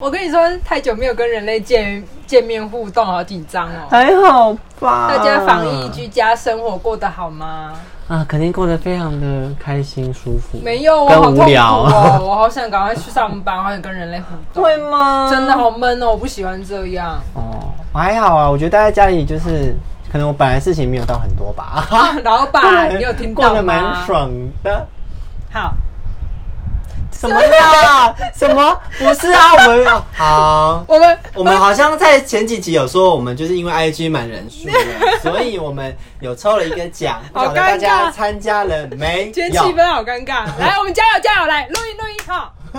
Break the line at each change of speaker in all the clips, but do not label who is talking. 我跟你说，太久没有跟人类见见面互动，好紧张
啊
哦。
还好吧？
大家防疫居家生活过得好吗？
啊，肯定过得非常的开心舒服，
没有，我
跟
好痛苦
无
哦
聊，，
我好想赶快去上班，好想跟人类互动。
会
嗯
吗？
真的好闷哦，我不喜欢这样。
哦，还好啊，我觉得待在家里就是，可能我本来事情没有到很多 吧，
老板，啊你有听
过
到
得
吗？
蛮爽的。
好，
什么啦？什么？不是啊，我们好，
我们
我们好像在前几集有说，我们就是 因为 IG 满人数了，所以我们有抽了一个奖，不
好
晓得大
尴
家
尬
参加了没
今天
有
气？氛好尴 尬，来，我们加油加油，来录音录音，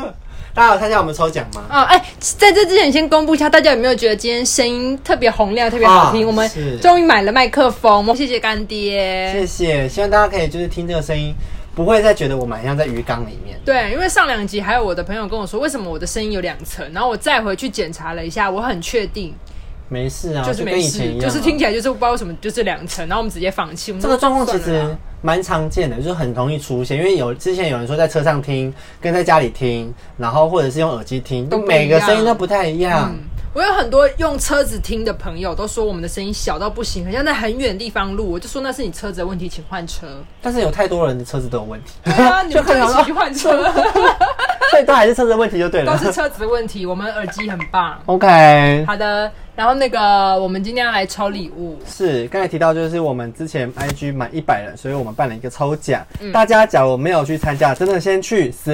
好。
大家有参加我们抽奖吗？
啊，哎、在这之前先公布一下，大家有没有觉得今天声音特别洪亮、特别好听？
啊
我们
是
终于买了麦克风，谢谢干爹。
谢谢，希望大家可以就是听这个声音，不会再觉得我们好像在鱼缸里面。
对，因为上两集还有我的朋友跟我说，为什么我的声音有两层，然后我再回去检查了一下，我很确定
没事啊，
就是
跟
没
以前
事
一，样啊、
就是听起来就是不知道为什么就是两层，然后我们直接放弃。我们
这
说
个状况其
算了啊
实
啦
蛮常见的，就是很容易出现。因为有之前有人说在车上听，跟在家里听，然后或者是用耳机听，
都不一样嗯
每个声音都不太一样。
我有很多用车子听的朋友都说我们的声音小到不行，很像在很远的地方录。我就说那是你车子的问题，请换 车。
但是有太多人的车子都有 问题，
对啊，你们就
很
一
好啊
起去换车，
所以都还是车子的问题就对
都
了。
是车子的问题。我们耳机很棒。
OK，
好的，然后那个我们今天要来抽礼物，
是刚才提到就是我们之前 IG 满一百人，所以我们办了一个抽奖。
嗯
大家假如没有去参加，真的先去死，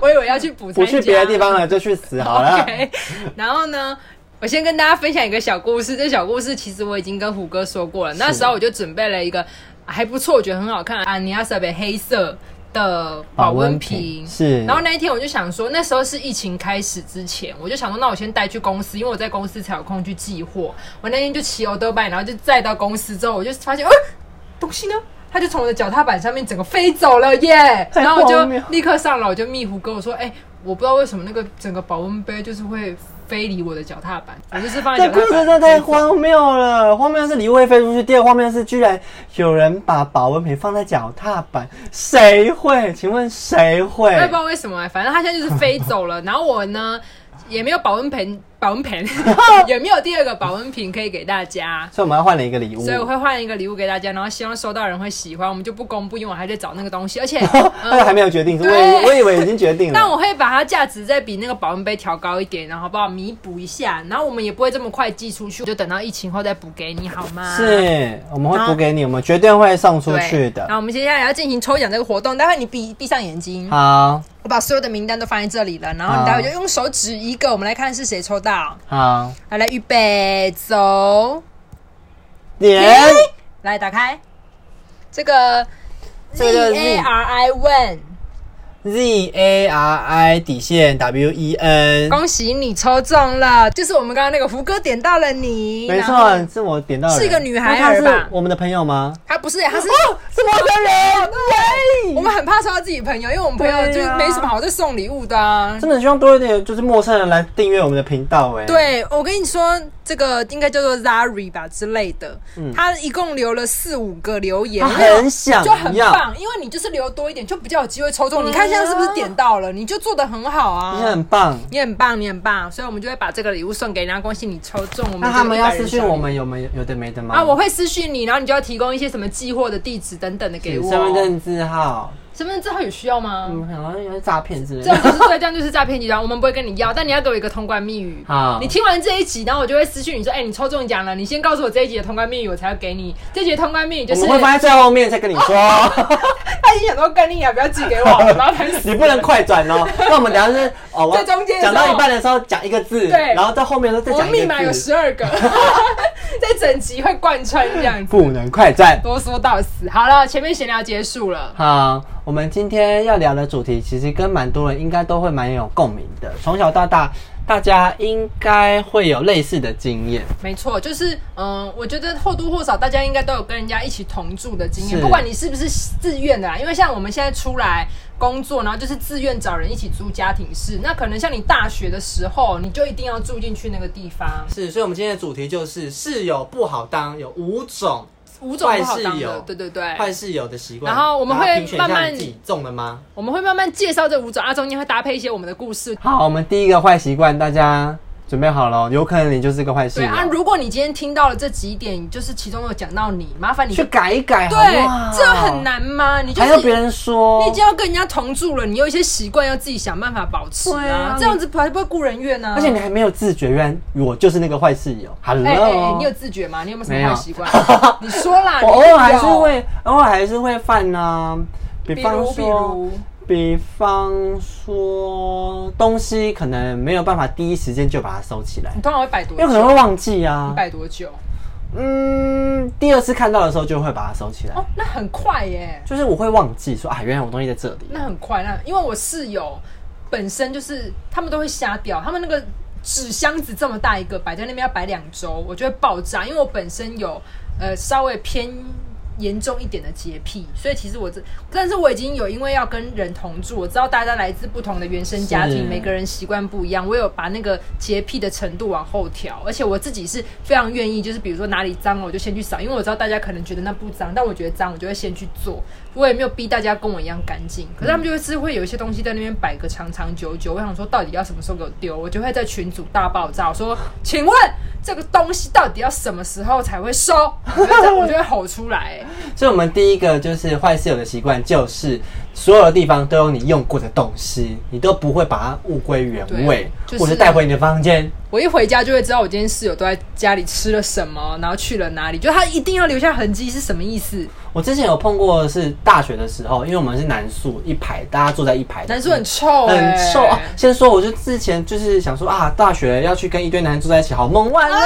我以为要去补
不
参加
去别的地方了就去死好了。
OK，然后呢，我先跟大家分享一个小故事。这小故事其实我已经跟胡哥说过了，那时候我就准备了一个还不错，我觉得很好看啊，尼亚莎贝黑色的保温瓶。
是，
然后那一天我就想说，那时候是疫情开始之前，我就想说，那我先带去公司，因为我在公司才有空去寄货。我那天就骑欧德拜，然后就载到公司之后，我就发现，呃、东西呢？它就从我的脚踏板上面整个飞走了耶！
太
然后我就
荒谬
立刻上楼，我就密胡哥我说，哎、我不知道为什么那个整个保温杯就是会飞离我的脚踏板，我就是放在
这
脚
故事
踏
真
板。
的太荒谬了！荒谬的是礼物会飞出去，第二个荒谬的是居然有人把保温瓶放在脚踏板，谁会？请问谁会
哎我？也不知道为什么、反正它现在就是飞走了。然后我呢，也没有保温盆，保温盆也没有第二个保温瓶可以给大家。
所以我们要换了一个礼物
所以。 我会换一个礼物给大家，然后希望收到人会喜欢。我们就不公布，因为我还在找那个东西，而且，呃
大家还没有决定，我
嗯
以
对
我以为已经决定
但
了。
我会把它价值再比那个保温杯调高一点，然后帮我弥补一下。然后我们也不会这么快寄出去，就等到疫情后再补给你好吗？。
是，我们会补给你，我们绝对会送出去
对，那
的。
我们接下来要进行抽奖这个活动，待会你闭闭上眼睛，
好
我把所有的名单都放在这里了，然后你待会就用手指一个，我们来看是谁抽到。
好，
好，来预备，走，
点
来打开这个
这
Z
个
A R I Win。
Z A R I 底线 W E N，
恭喜你抽中了，就是我们刚刚那个胡歌点到了你，
没
然后
错，是我点到的人
是一个女孩
那她
儿吧
是我们的朋友吗？
他不是，他是、
是我的人，喂
我们很怕抽到自己朋友，因为我们朋友就
对啊
没什么好在送礼物的、啊。
真的希望多一点就是陌生人来订阅我们的频道哎、，
对，我跟你说，这个应该叫做 Zari 吧之类的，他一共留了四五个留言，
他嗯啊很想
就很
要，
棒，因为你就是留多一点，就比较有机会抽中。
嗯
你看现在是不是点到了？你就做的很好
你
啊，
很棒。
你很棒，你很棒，所以我们就会把这个礼物送给你，然啊后恭喜你抽中。我们
那他们
这个
要
100人
私讯
小礼
我
物
们有没有有的没的吗？
啊，我会私讯你，然后你就要提供一些什么寄货的地址等等的给
身
我。
份证字号，
身份证号有需要吗？
嗯，好像有些诈骗之类
这样
的。
就是对，这样就是诈骗集团，我们不会跟你要，但你要给我一个通关密语。
好
你听完这一集，然后我就会私讯你说，哎、你抽中奖了，你先告诉我这一集的通关密语，我才要给你。这集的通关密语就
我
是，
们会放在最后面再跟你说，
他已经想说跟你啊，不要寄给我，然后他
你不能快转哦。那我们等一下是哦，我
在中间的时候
讲到一半的时候讲一个字，
对
然后到后面的时候
我
再
们
讲一
密码有
个字，
十二个，在整集会贯穿这样子，
不能快转。
啰嗦到死。好了，前面闲聊结束了。
好，我们今天要聊的主题，其实跟蛮多人应该都会蛮有共鸣的。从小到大，大家应该会有类似的经验。
没错，就是嗯、我觉得或多或少大家应该都有跟人家一起同住的经验，
是
不管你是不是自愿的啦，因为像我们现在出来工作，然后就是自愿找人一起租家庭室，那可能像你大学的时候，你就一定要住进去那个地方。
是，所以我们今天的主题就是室友不好当，有五种
五种不好
坏
当
事
的，
有
对对对。
坏事友的习惯。
然后我们
大家
会
评选一
慢
下
慢
你自己中了吗？
我们会慢慢介绍这五种，啊，中间会搭配一些我们的故事。
好，我们第一个坏习惯，大家准备好了，有可能你就是个坏事
对啊，
友，
如果你今天听到了这几点，就是其中有讲到你，麻烦你
去改一改，好
对
不好，
这很，难吗？你就
还
是
要别人说，
你已经要跟人家同住了，你有一些习惯要自己想办法保持
对啊
啊，这样子才不会顾人怨呢、啊。
而且你还没有自觉，原来我就是那个坏室友。Hello，、
哎哎哎，你有自觉吗？你有没有什
哦没
么
有
坏习 惯？你说啦，啊你
我偶
一定
尔还是
有，
会，偶尔还是会犯呢、啊。比
比
方
如
说，
比如，
比方说东西可能没有办法第一时间就把它收起来，
你通常会摆
因
多
为可能
久？
会忘记啊
你。摆多久？
嗯，第二次看到的时候就会把它收起来，
哦，那很快耶，
就是我会忘记说啊，原来我东西在这里。
那很快。那因为我室友本身就是他们都会瞎掉，他们那个纸箱子这么大一个，摆在那边要摆两周，我就会爆炸。因为我本身有呃稍微偏严重一点的洁癖，所以其实我这，但是我已经有因为要跟人同住，我知道大家来自不同的原生家
是
庭，每个人习惯不一样，我有把那个洁癖的程度往后调，而且我自己是非常愿意，就是比如说哪里脏了我就先去扫，因为我知道大家可能觉得那不脏，但我觉得脏，我就会先去做，我也没有逼大家跟我一样干净，可是他们就是会有一些东西在那边摆个长长久久，我想说到底要什么时候给我丢，我就会在群组大爆炸，我说请问这个东西到底要什么时候才会收？我就会这样我就会吼出来、欸
所以我们第一个就是坏室友的习惯，就是所有的地方都有你用过的东西，你都不会把它物归原位，
对就是
或者带回你的房间。
我一回家就会知道我今天室友都在家里吃了什么，然后去了哪里，就他一定要留下痕迹是什么意思？
我之前有碰过，是大学的时候，因为我们是男宿一排，大家坐在一排，
男生很臭、欸，
很臭啊！先说，我就之前就是想说啊，大学要去跟一堆男生住在一起，好梦幻啊！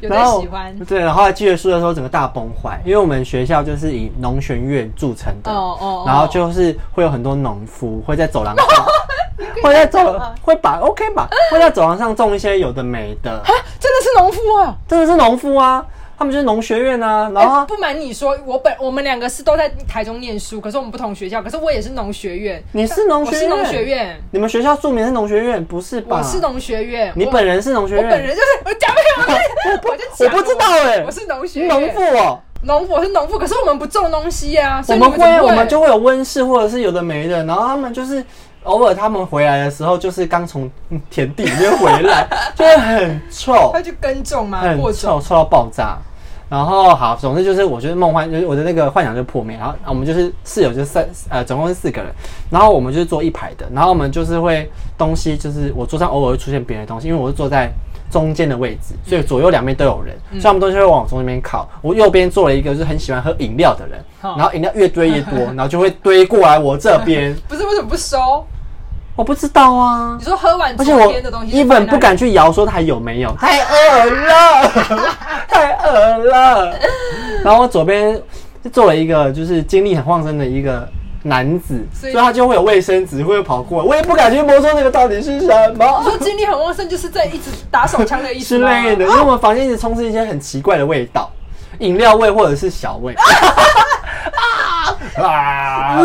有在喜欢
然后。对，然后后来寄了书的时候，整个大崩坏，因为我们学校就是以农学院著称的，
哦哦哦
然后就是会有很多农夫会在走廊上， 会在走会把 OK 吧，会在走廊上种一些有的没的，
啊，真的是农夫啊！
真的是农夫啊，他们就是农学院啊，然后
哎不瞒你说，我本我们两个是都在台中念书，可是我们不同学校，可是我也是农学院，
你是农学院
我是农学院，
你们学校著名是农学院，不是吧？
我是，农学院，
你
我
本人是农学
我
院，
本人就是我讲不了，我就
我
讲
不知道哎、
我是农学院，
农夫哦、
农夫，我是农夫，可是我们不种东西啊，所
我
以你
们
怎么
会，我们就会有温室，或者是有的没的。然后他们就是偶尔他们回来的时候，就是刚从嗯田地里面回来， 就会很臭
他，去耕种嘛，
很
播种。
嗯臭，臭到爆炸。然后好，总之就是，我觉得梦幻，就是我的那个幻想就破灭。然后啊我们就是室友，就是三呃，总共是四个人。然后我们就是坐一排的，然后我们就是会东西，就是我桌上偶尔会出现别人的东西，因为我是坐在中间的位置，所以左右两边都有人，所以他们东西会往我中间边靠。我右边坐了一个就是很喜欢喝饮料的人，
好
然后饮料越堆越多，然后就会堆过来我这边。
不是为什么不收？
我不知道啊
你，说喝完
而且
昨
我
天的东西就放在那
even
里，
不敢去摇说它还有 没有，太饿 了，太饿了。 然后我左边就坐了一个就是精力很旺盛的一个男子，
所
所
以
以他就会有卫生纸会跑啊过来，我也不敢去摸说那个到底是什
我
么
说精力很旺盛，就是在一直打手枪的意思
之
吗
类的，因为我们房间一直充斥一些很奇怪的味道，饮料味或者是小 味。 啊！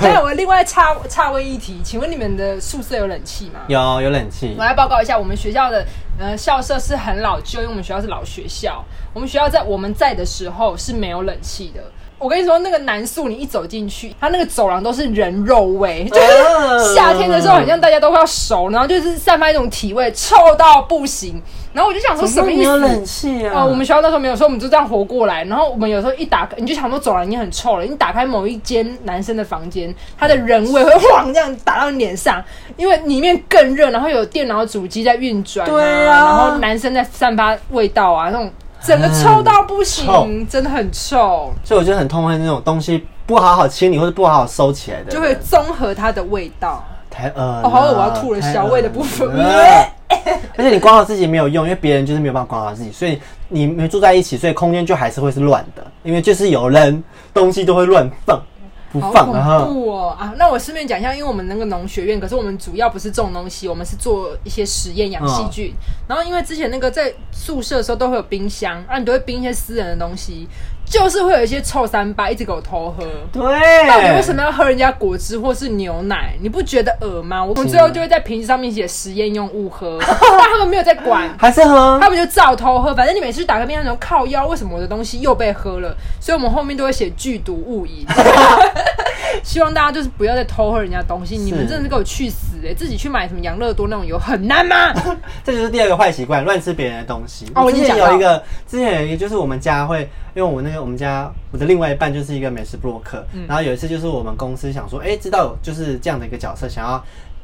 还有我另外插插问一题，请问你们的宿舍有冷气吗？
有有冷气
我，来报告一下，我们学校的呃校舍是很老旧，因为我们学校是老学校。我们学校在我们在的时候是没有冷气的。我跟你说，那个南宿你一走进去，它那个走廊都是人肉味，
嗯
就是夏天的时候，很像大家都快要熟，然后就是散发一种体味，臭到不行。然后我就想说，什么意
没有
思
冷？气啊？
啊、我们学校那时候没有说，我们就这样活过来。然后我们有时候一打开，你就想说走廊已经很臭了，你打开某一间男生的房间，他的人味会晃这样打到你脸上，因为里面更热，然后有电脑主机在运转、
对啊
啊，然后男生在散发味道啊，那种整个臭到不行，
嗯
真的很臭，
所以我就很痛恨那种东西不好好清理或者不好好收起来的人，
就会综合它的味道。
太恶了。
哦好恶我要吐了
太恶
小胃的部分
了 而且你管好自己没有用，因为别人就是没有办法管好自己，所以你们住在一起，所以空间就还是会是乱的，因为就是有人东西都会乱放，不
好
放然
恐
后
怖哦啊！那我顺便讲一下，因为我们那个农学院，可是我们主要不是种东西，我们是做一些实验
嗯
养细菌。然后因为之前那个在宿舍的时候都会有冰箱，啊，你都会冰一些私人的东西。就是会有一些臭三八一直给我偷喝。
对，
到底为什么要喝人家果汁或是牛奶？你不觉得恶吗？我们最后就会在瓶子上面写实验用勿 喝，但他们没有在管。
还是喝？
他们就照偷喝，反正你每次去打开冰箱的时候靠腰，为什么我的东西又被喝了？所以我们后面都会写剧毒勿 饮。希望大家就是不要再偷喝人家东西，你们真的是给我去死哎、自己去买什么养乐多那种有很难 吗？
这就是第二个坏习惯，乱吃别人的东西。
哦我已
之
经
前
讲到
有一个，之前有一个就是我们家会，因为我那个我们家我的另外一半就是一个美食布洛克，
嗯
然后有一次就是我们公司想说，哎、知道有就是这样的一个角色，想要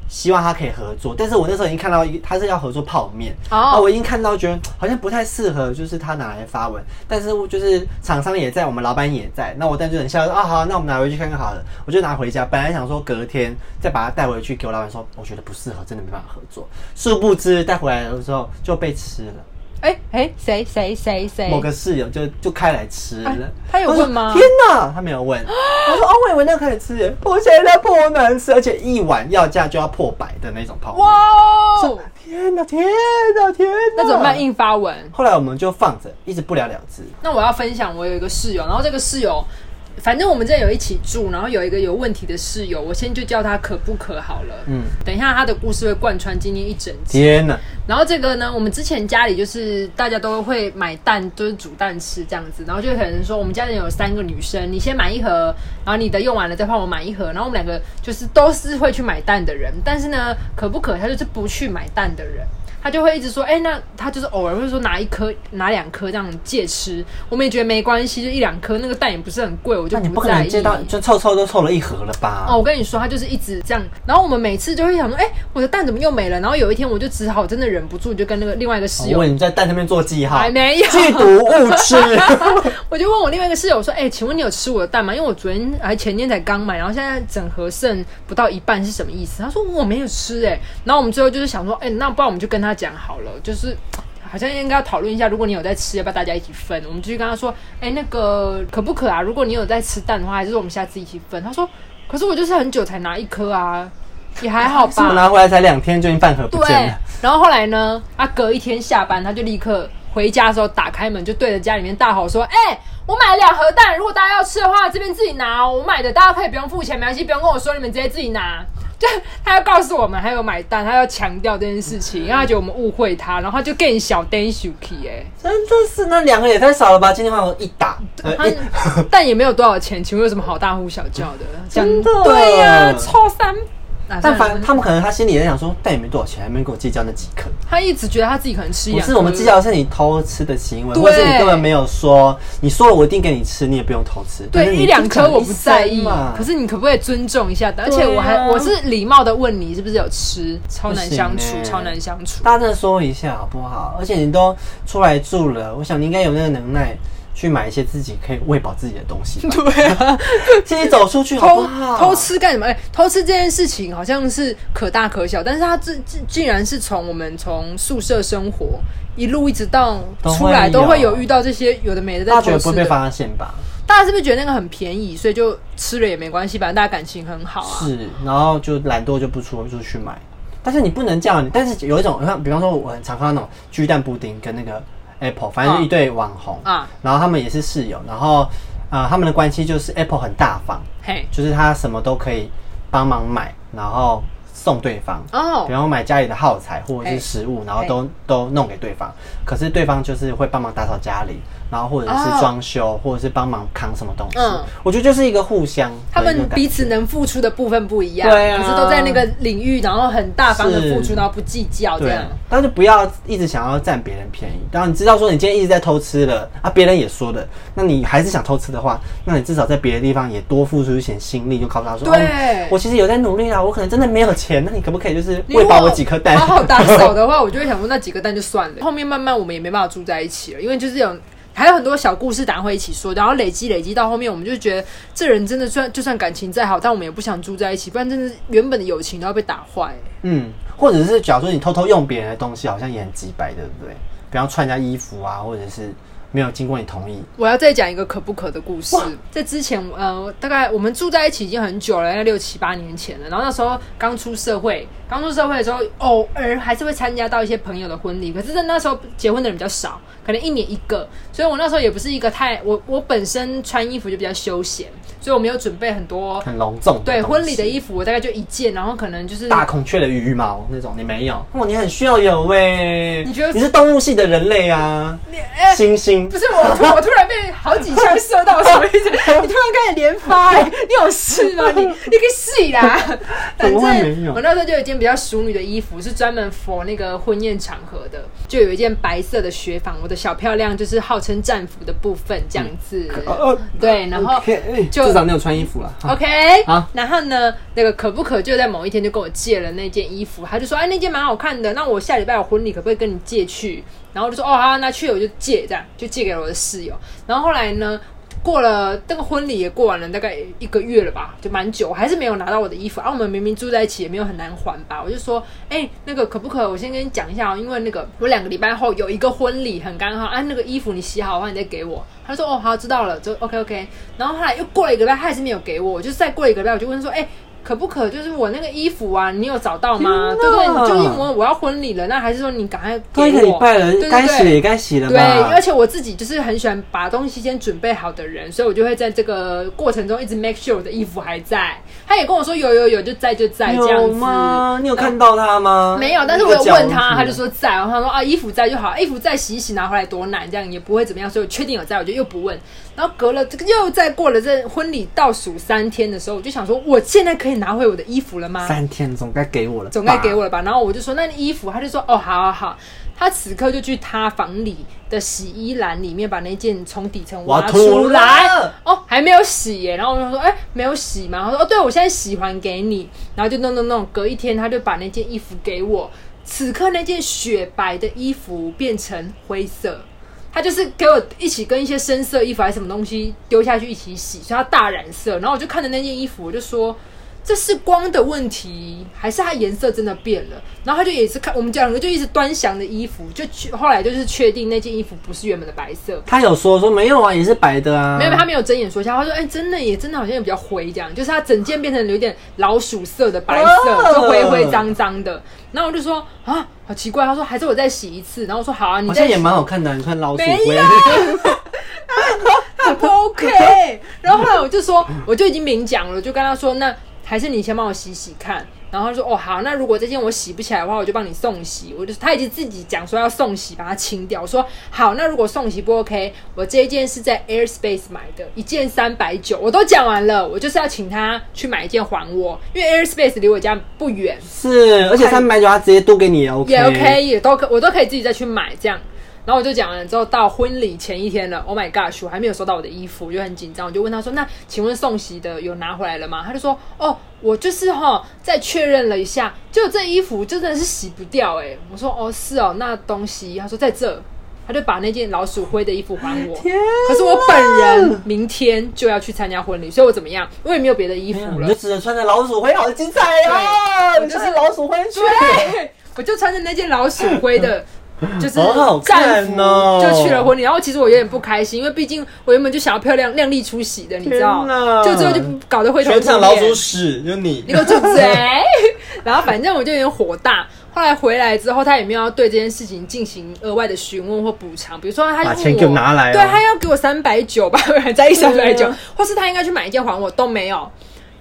希望他可以合作，但是我那时候已经看到一他是要合作泡面，
哦
啊，我已经看到觉得好像不太适合，就是他拿来发文，但是我就是厂商也在，我们老板也在，那我但就很笑说啊好，那我们拿回去看看好了，我就拿回家，本来想说隔天再把它带回去给我老板说，我觉得不适合，真的没办法合作，殊不知带回来的时候就被吃了。
哎哎，谁谁谁谁
某？个室友就就开来吃了。
哎他有
我说
问吗
天哪，他没有问。我说哦，我以为那个可以吃耶，我现在不能吃，而且一碗要价就要破百的那种泡面。
哇 哦，
天哪，天哪，天哪！
那怎么办？硬发文？
后来我们就放着，一直不了了之。
那我要分享，我有一个室友，然后这个室友，反正我们这有一起住，然后有一个有问题的室友，我先就叫他可不可好了。
嗯，
等一下他的故事会贯穿今天一整集。
天哪，
然后这个呢，我们之前家里就是大家都会买蛋，就是煮蛋吃这样子。然后就可能说，我们家人有三个女生，你先买一盒，然后你的用完了再换我买一盒。然后我们两个就是都是会去买蛋的人，但是呢，可不可他就是不去买蛋的人。他就会一直说，哎、那他就是偶尔会说拿一颗、拿两颗这样借吃，我们也觉得没关系，就一两颗，那个蛋也不是很贵，我就
那你不可
在
能
意。
接到就凑凑都凑了一盒了吧？
哦，我跟你说，他就是一直这样。然后我们每次就会想说，哎、我的蛋怎么又没了？然后有一天我就只好真的忍不住，就跟那个另外一个室
我
友，
哦问你在蛋上面做记号
还， 没有，
剧毒勿吃。
我就问我另外一个室友说，哎、请问你有吃我的蛋吗？因为我昨天还前天才刚买，然后现在整盒剩不到一半，是什么意思？他说我没有吃、哎。然后我们最后就是想说，哎、那不然我们就跟他讲好了，就是。好像应该要讨论一下，如果你有在吃，要不要大家一起分？我们就去跟他说，哎、那个可不可啊？如果你有在吃蛋的话，还是我们下次一起分。他说，可是我就是很久才拿一颗啊，也还好吧。
怎么拿回来才两天就已经半盒不见
对
了？，
然后后来呢，他隔一天下班，他就立刻回家的时候打开门，就对着家里面大吼说：“哎、我买了两盒蛋，如果大家要吃的话，这边自己拿、哦，我买的大家可以不用付钱，没关系，不用跟我说，你们直接自己拿。”就 他要告诉我们还有买蛋，他要强调这件事情，因为他觉得我们误会他，然后他就更小 d a n s h u k i 哎、
真的是那两个也太少了吧？今天换我一打，呃一
他蛋也没有多少钱，请问有什么好大呼小叫的？讲
真的
对呀、臭三。啊
但
算了
凡他们可能他心里也想说，但也没多少钱，还没跟我计较那几颗。
他一直觉得他自己可能吃一
不
两
是我们
颗
计较，是你偷吃的行为，
对
或是你根本没有说，你说了我一定给你吃，你也不用偷吃。但
对，
是你
一两颗我不在
一
意
生嘛，啊
可是你可不可以尊重一下？而且我还我是礼貌的问你是不是有吃，超难相
不
处，
行欸
超难相处。
大家再说一下好不好？而且你都出来住了，我想你应该有那个能耐去买一些自己可以喂饱自己的东西吧，
对 啊，
自己走出去好不
偷
好？
偷吃干什么？哎、偷吃这件事情好像是可大可小，但是它这这竟然是从我们从宿舍生活一路一直到
都会
出来都会有
有
遇到这些有的没的在
大
偷
家觉得不
吃
会被
的。
发现吧？
大家是不是觉得那个很便宜，所以就吃了也没关系，反正大家感情很好啊。
是，然后就懒惰就不出就去买。但是你不能这样，但是有一种，像比方说我很常看到那种鸡蛋布丁跟那个 Apple，反正就一对网红
啊
啊，然后他们也是室友，然后呃他们的关系就是 Apple 很大方，
嘿，
就是他什么都可以帮忙买，然后送对方。
哦哎
比，方买家里的耗材或者
嘿
是食物，然后都都弄给对方，可是对方就是会帮忙打扫家里，然后或者
哦
是装修，或者是帮忙扛什么东西
嗯。
我觉得就是一个互相的一个
他
感觉，
们彼此能付出的部分不一样，
对啊
可是都在那个领域，然后很大方的付出，
是
然后不计较这
对
样。，
但是不要一直想要占别人便宜。当然，你知道说你今天一直在偷吃了啊，别人也说了，那你还是想偷吃的话，那你至少在别的地方也多付出一些心力，就告诉他说，
对
哦我其实有在努力啦，我可能真的没有钱，那你可不可以就是
你如
喂
果
饱我几颗蛋？
好好打扫的话，我就会想说那几个蛋就算了。后面慢慢我们也没办法住在一起了，因为就是有。还有很多小故事，等下会一起说，然后累积累积到后面，我们就觉得这人真的算，就算感情再好，但我们也不想住在一起，不然真的是原本的友情都要被打坏、
嗯，或者是假如说你偷偷用别人的东西，好像也很鸡掰，对不对？比方穿人家衣服啊，或者是没有经过你同意。
我要再讲一个可不可的故事。在之前，呃，大概我们住在一起已经很久了，大概六七八年前了。然后那时候刚出社会，刚出社会的时候，偶尔还是会参加到一些朋友的婚礼。可是在那时候结婚的人比较少，可能一年一个，所以我那时候也不是一个太我我本身穿衣服就比较休闲，所以我没有准备很多
很隆重的东西，
对婚礼的衣服，我大概就一件，然后可能就是
大孔雀的羽毛那种，你没有？哦，你很需要有喂、
你觉得
你是动物系的人类啊？
你哎
猩猩
不是我突，我突然被好几枪射 到，什么意思？你突然开始连发、欸，你有事吗？你你个戏 啦！反
怎么
正
会没有
我那时候就有一件比较淑女的衣服，是专门 for 那个婚宴场合的，就有一件白色的雪纺，我的小漂亮就是号称战服的部分这样子。
呃
对，然后
OK，哎
就
至少你有穿衣服啦。哈
OK，
好
然后呢，那个可不可就在某一天就跟我借了那件衣服，他就说，哎，那件蛮好看的，那我下礼拜有婚礼，可不可以跟你借去？然后我就说，哦，好啊、那去我就借，这样就借给了我的室友。然后后来呢，过了那个婚礼也过完了，大概一个月了吧，就蛮久，我还是没有拿到我的衣服。啊，我们明明住在一起，也没有很难还吧。我就说，哎、那个可不可，我先跟你讲一下哦，因为那个我两个礼拜后有一个婚礼，很刚好，啊，那个衣服你洗好的话，你再给我。他说，哦，好，知道了，就 OK OK。然后后来又过了一个礼拜，他还是没有给我，我就再过了一个礼拜，我就问说，哎、可不可就是我那个衣服啊，你有找到吗？
天哪
对不对？你就因为我要婚礼了，那还是说你赶快给
都
我？
一个礼拜
对
了，
对
该洗
对
也该洗了
对，而
吧？
且我自己就是很喜欢把东西先准备好的人，所以我就会在这个过程中一直 make sure 我的衣服还在。他也跟我说有有有，就在就在这样
有
子。
吗？你有看到他吗？
没有，但是我有
那个
问
饺
他，
子
他就说在，然后他说啊衣服在就好，衣服在洗一洗拿回来多难，这样也不会怎么样，所以我确定有在，我就又不问。然后隔了这个又再过了这婚礼倒数三天的时候，我就想说我现在可以拿回我的衣服了吗？
三天总该给我了吧，
总该给我了吧？然后我就说那你衣服，他就说哦，好好好。他此刻就去他房里的洗衣篮里面把那件从底层
我
挖
要
出
吐
来
了，
哦，还没有洗耶。然后我就说，哎、没有洗嘛。他说，哦，对，我现在洗还给你。然后就弄弄弄，隔一天他就把那件衣服给我。此刻那件雪白的衣服变成灰色，他就是给我一起跟一些深色衣服还是什么东西丢下去一起洗，所以它大染色。然后我就看着那件衣服，我就说。这是光的问题，还是它颜色真的变了？然后他就也是看我们两个就一直端详的衣服，就确后来就是确定那件衣服不是原本的白色，
他有说说没有啊，也是白的啊，
没有，他没有睁眼说瞎话，他说：“哎、真的也真的好像也比较灰这样，就是它整件变成有点老鼠色的白色，
哦
就灰灰脏脏的。”然后我就说：“啊，好奇怪。”他说：“还是我再洗一次。”然后我说：“好啊，你
好
再
像
洗
也蛮好看的，你穿老鼠
没
灰，
很不 OK。”然后后来我就说，我就已经明讲了，就跟他说：“那还是你先帮我洗洗看。”然后他说：“哦，好，那如果这件我洗不起来的话，我就帮你送洗。”我就他已经自己讲说要送洗，把它清掉。我说：“好，那如果送洗不 OK，我这一件是在 Airspace 买的，一件三百九，我都讲完了，我就是要请他去买一件还我，因为 Airspace 离我家不远，
是，而且三百九他直接都给你也 OK，
也 OK，也都可，我都可以自己再去买这样。然后我就讲完了之后，到婚礼前一天了，Oh my gosh，我还没有收到我的衣服，我就很紧张，我就问他说：“那请问送洗的有拿回来了吗？”他就说：“哦，我就是哈、再确认了一下，就这衣服就真的是洗不掉哎、欸我说：“哦，是哦，那东西。”他说：“在这。”他就把那件老鼠灰的衣服还我，
啊
可是我本人明天就要去参加婚礼，所以我怎么样？我也没有别的衣服
你
了
就，只能穿着老鼠灰，好精彩哦！
啊对
你
我就
就是是老鼠灰去，啊
对，啊我就穿着那件老鼠灰的， 就是
好好
战
看
服，
哦
就去了婚礼。然后其实我有点不开心，因为毕竟我原本就想要漂亮亮丽出席的，你知道
天，哪
就最后就搞得灰头
全
土
场老
脸
鼠。屎，就你
你给我住嘴！ 然后反正我就有点火大。后来回来之后，他也没有要对这件事情进行额外的询问或补偿，比如说他就
把
问
钱给我拿来啊
对他要给我三百九吧，再一三百
对
九，或是他应该去买一件还我，都没有。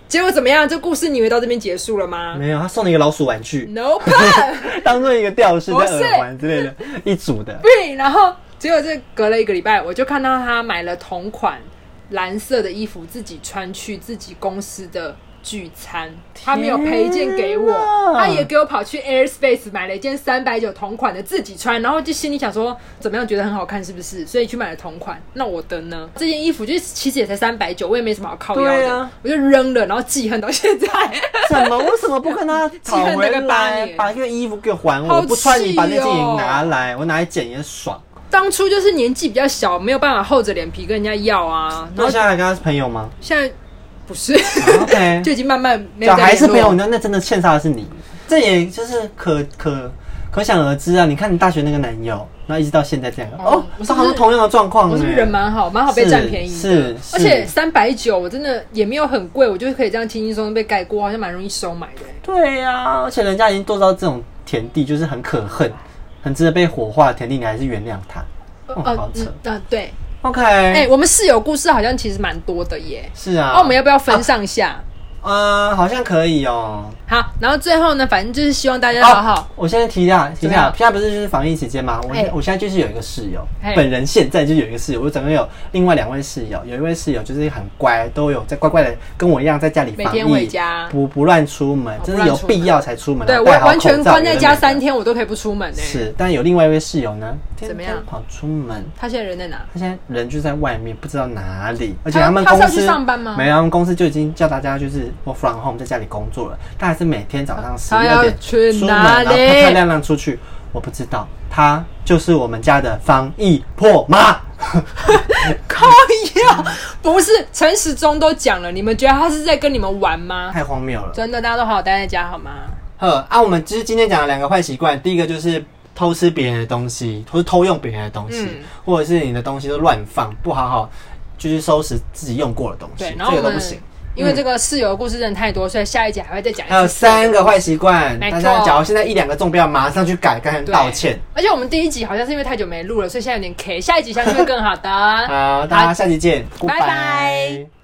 结果怎么样？这故事你以为到这边结束了吗
没有，他送你一个老鼠玩 具，
？No plan。
当做一个吊饰、
不
在
是
耳环之类的，一组的。
对，然后结果这隔了一个礼拜，我就看到他买了同款蓝色的衣服，自己穿去自己公司的聚餐，他没有赔一件给我
天，哪
他也给我跑去 Airspace 买了一件三百九同款的自己穿，然后就心里想说怎么样觉得很好看是不是？所以去买了同款，那我的呢？这件衣服就是其实也才三百九，我也没什么好靠腰
对
的，
啊
我就扔了，然后记恨到现在。
怎么？为什么不跟他讨
恨
回
那个八
来？
年
把那个衣服给我还我，
好
我不穿你
气
把那件也
哦
拿来，我拿来剪也爽。
当初就是年纪比较小，没有办法厚着脸皮跟人家要啊，然
那
后
现在还跟他是朋友吗
现在不是。
？OK，
就已经慢慢没有
就
再
还是
联
朋
络
友，那那真的欠杀的是你。这也就是可可可想而知啊，你看你大学那个男友，那一直到现在这样，
哦
哦，
我是不是
这好像同样的状况、欸，
我是不是人蛮好，蛮好被占便宜的？
是是
而且三百九我真的也没有很贵，我就可以这样轻轻松松被盖过，好像蛮容易收买的、
对呀、而且人家已经做到这种田地，就是很可恨，很值得被火化的田地，你还是原谅他。哦，好扯。
嗯呃对，
OK，、
哎、我们室友故事好像其实蛮多的耶。
是啊。
那、我们要不要分上下？
呃，好像可以哦。
好，然后最后呢，反正就是希望大家哎好好。
我现在提一下，提一
怎么
下，
样
现在不是就是防疫期间嘛？我、
哎
我现在就是有一个室友
哎，
本人现在就有一个室友，我总共有另外两位室友，有一位室友就是很乖，都有在乖乖的跟我一样在家里
每
防
天回
疫
家，哦
不不乱出门，
不
真
乱
的有
出
必
门
要才出门，啊
对我
戴好
完全
口罩
关在家三
有的没的
天，我都可以不出门呢、欸
是，但有另外一位室友呢，天
怎么
天
样
跑出门？
他现在人在哪？
他现在人就在外面，不知道哪里，而且
他
他们
他是
公
要去
司
上班吗
没有，他们公司就已经叫大家就是 work from home，在家里工作了。但还是每天早上十
他要
六点
去
出门，
哪
然后漂
里
漂亮亮出去。我不知道，他就是我们家的防疫破妈。
靠呀！不是，陈时中都讲了，你们觉得他是在跟你们玩吗？
太荒谬了。
真的，大家都好好待在家好吗？
呵，啊，我们就是今天讲了两个坏习惯，第一个就是偷吃别人的东西，或是偷用别人的东西，
嗯
或者是你的东西都乱放，不好好就是收拾自己用过的东西，
对然后
这个
我
都
们
不行。嗯
因为这个室友的故事真的太多，所以下一集还会再讲。
还有三个坏习惯，
没
大
错
家假如现在一两个中标，马上去改，跟人
对
道歉。。
而且我们第一集好像是因为太 久没录了，所以现在有点 K，下一集相信会更好的。
好，大家下期见，
拜拜
Goodbye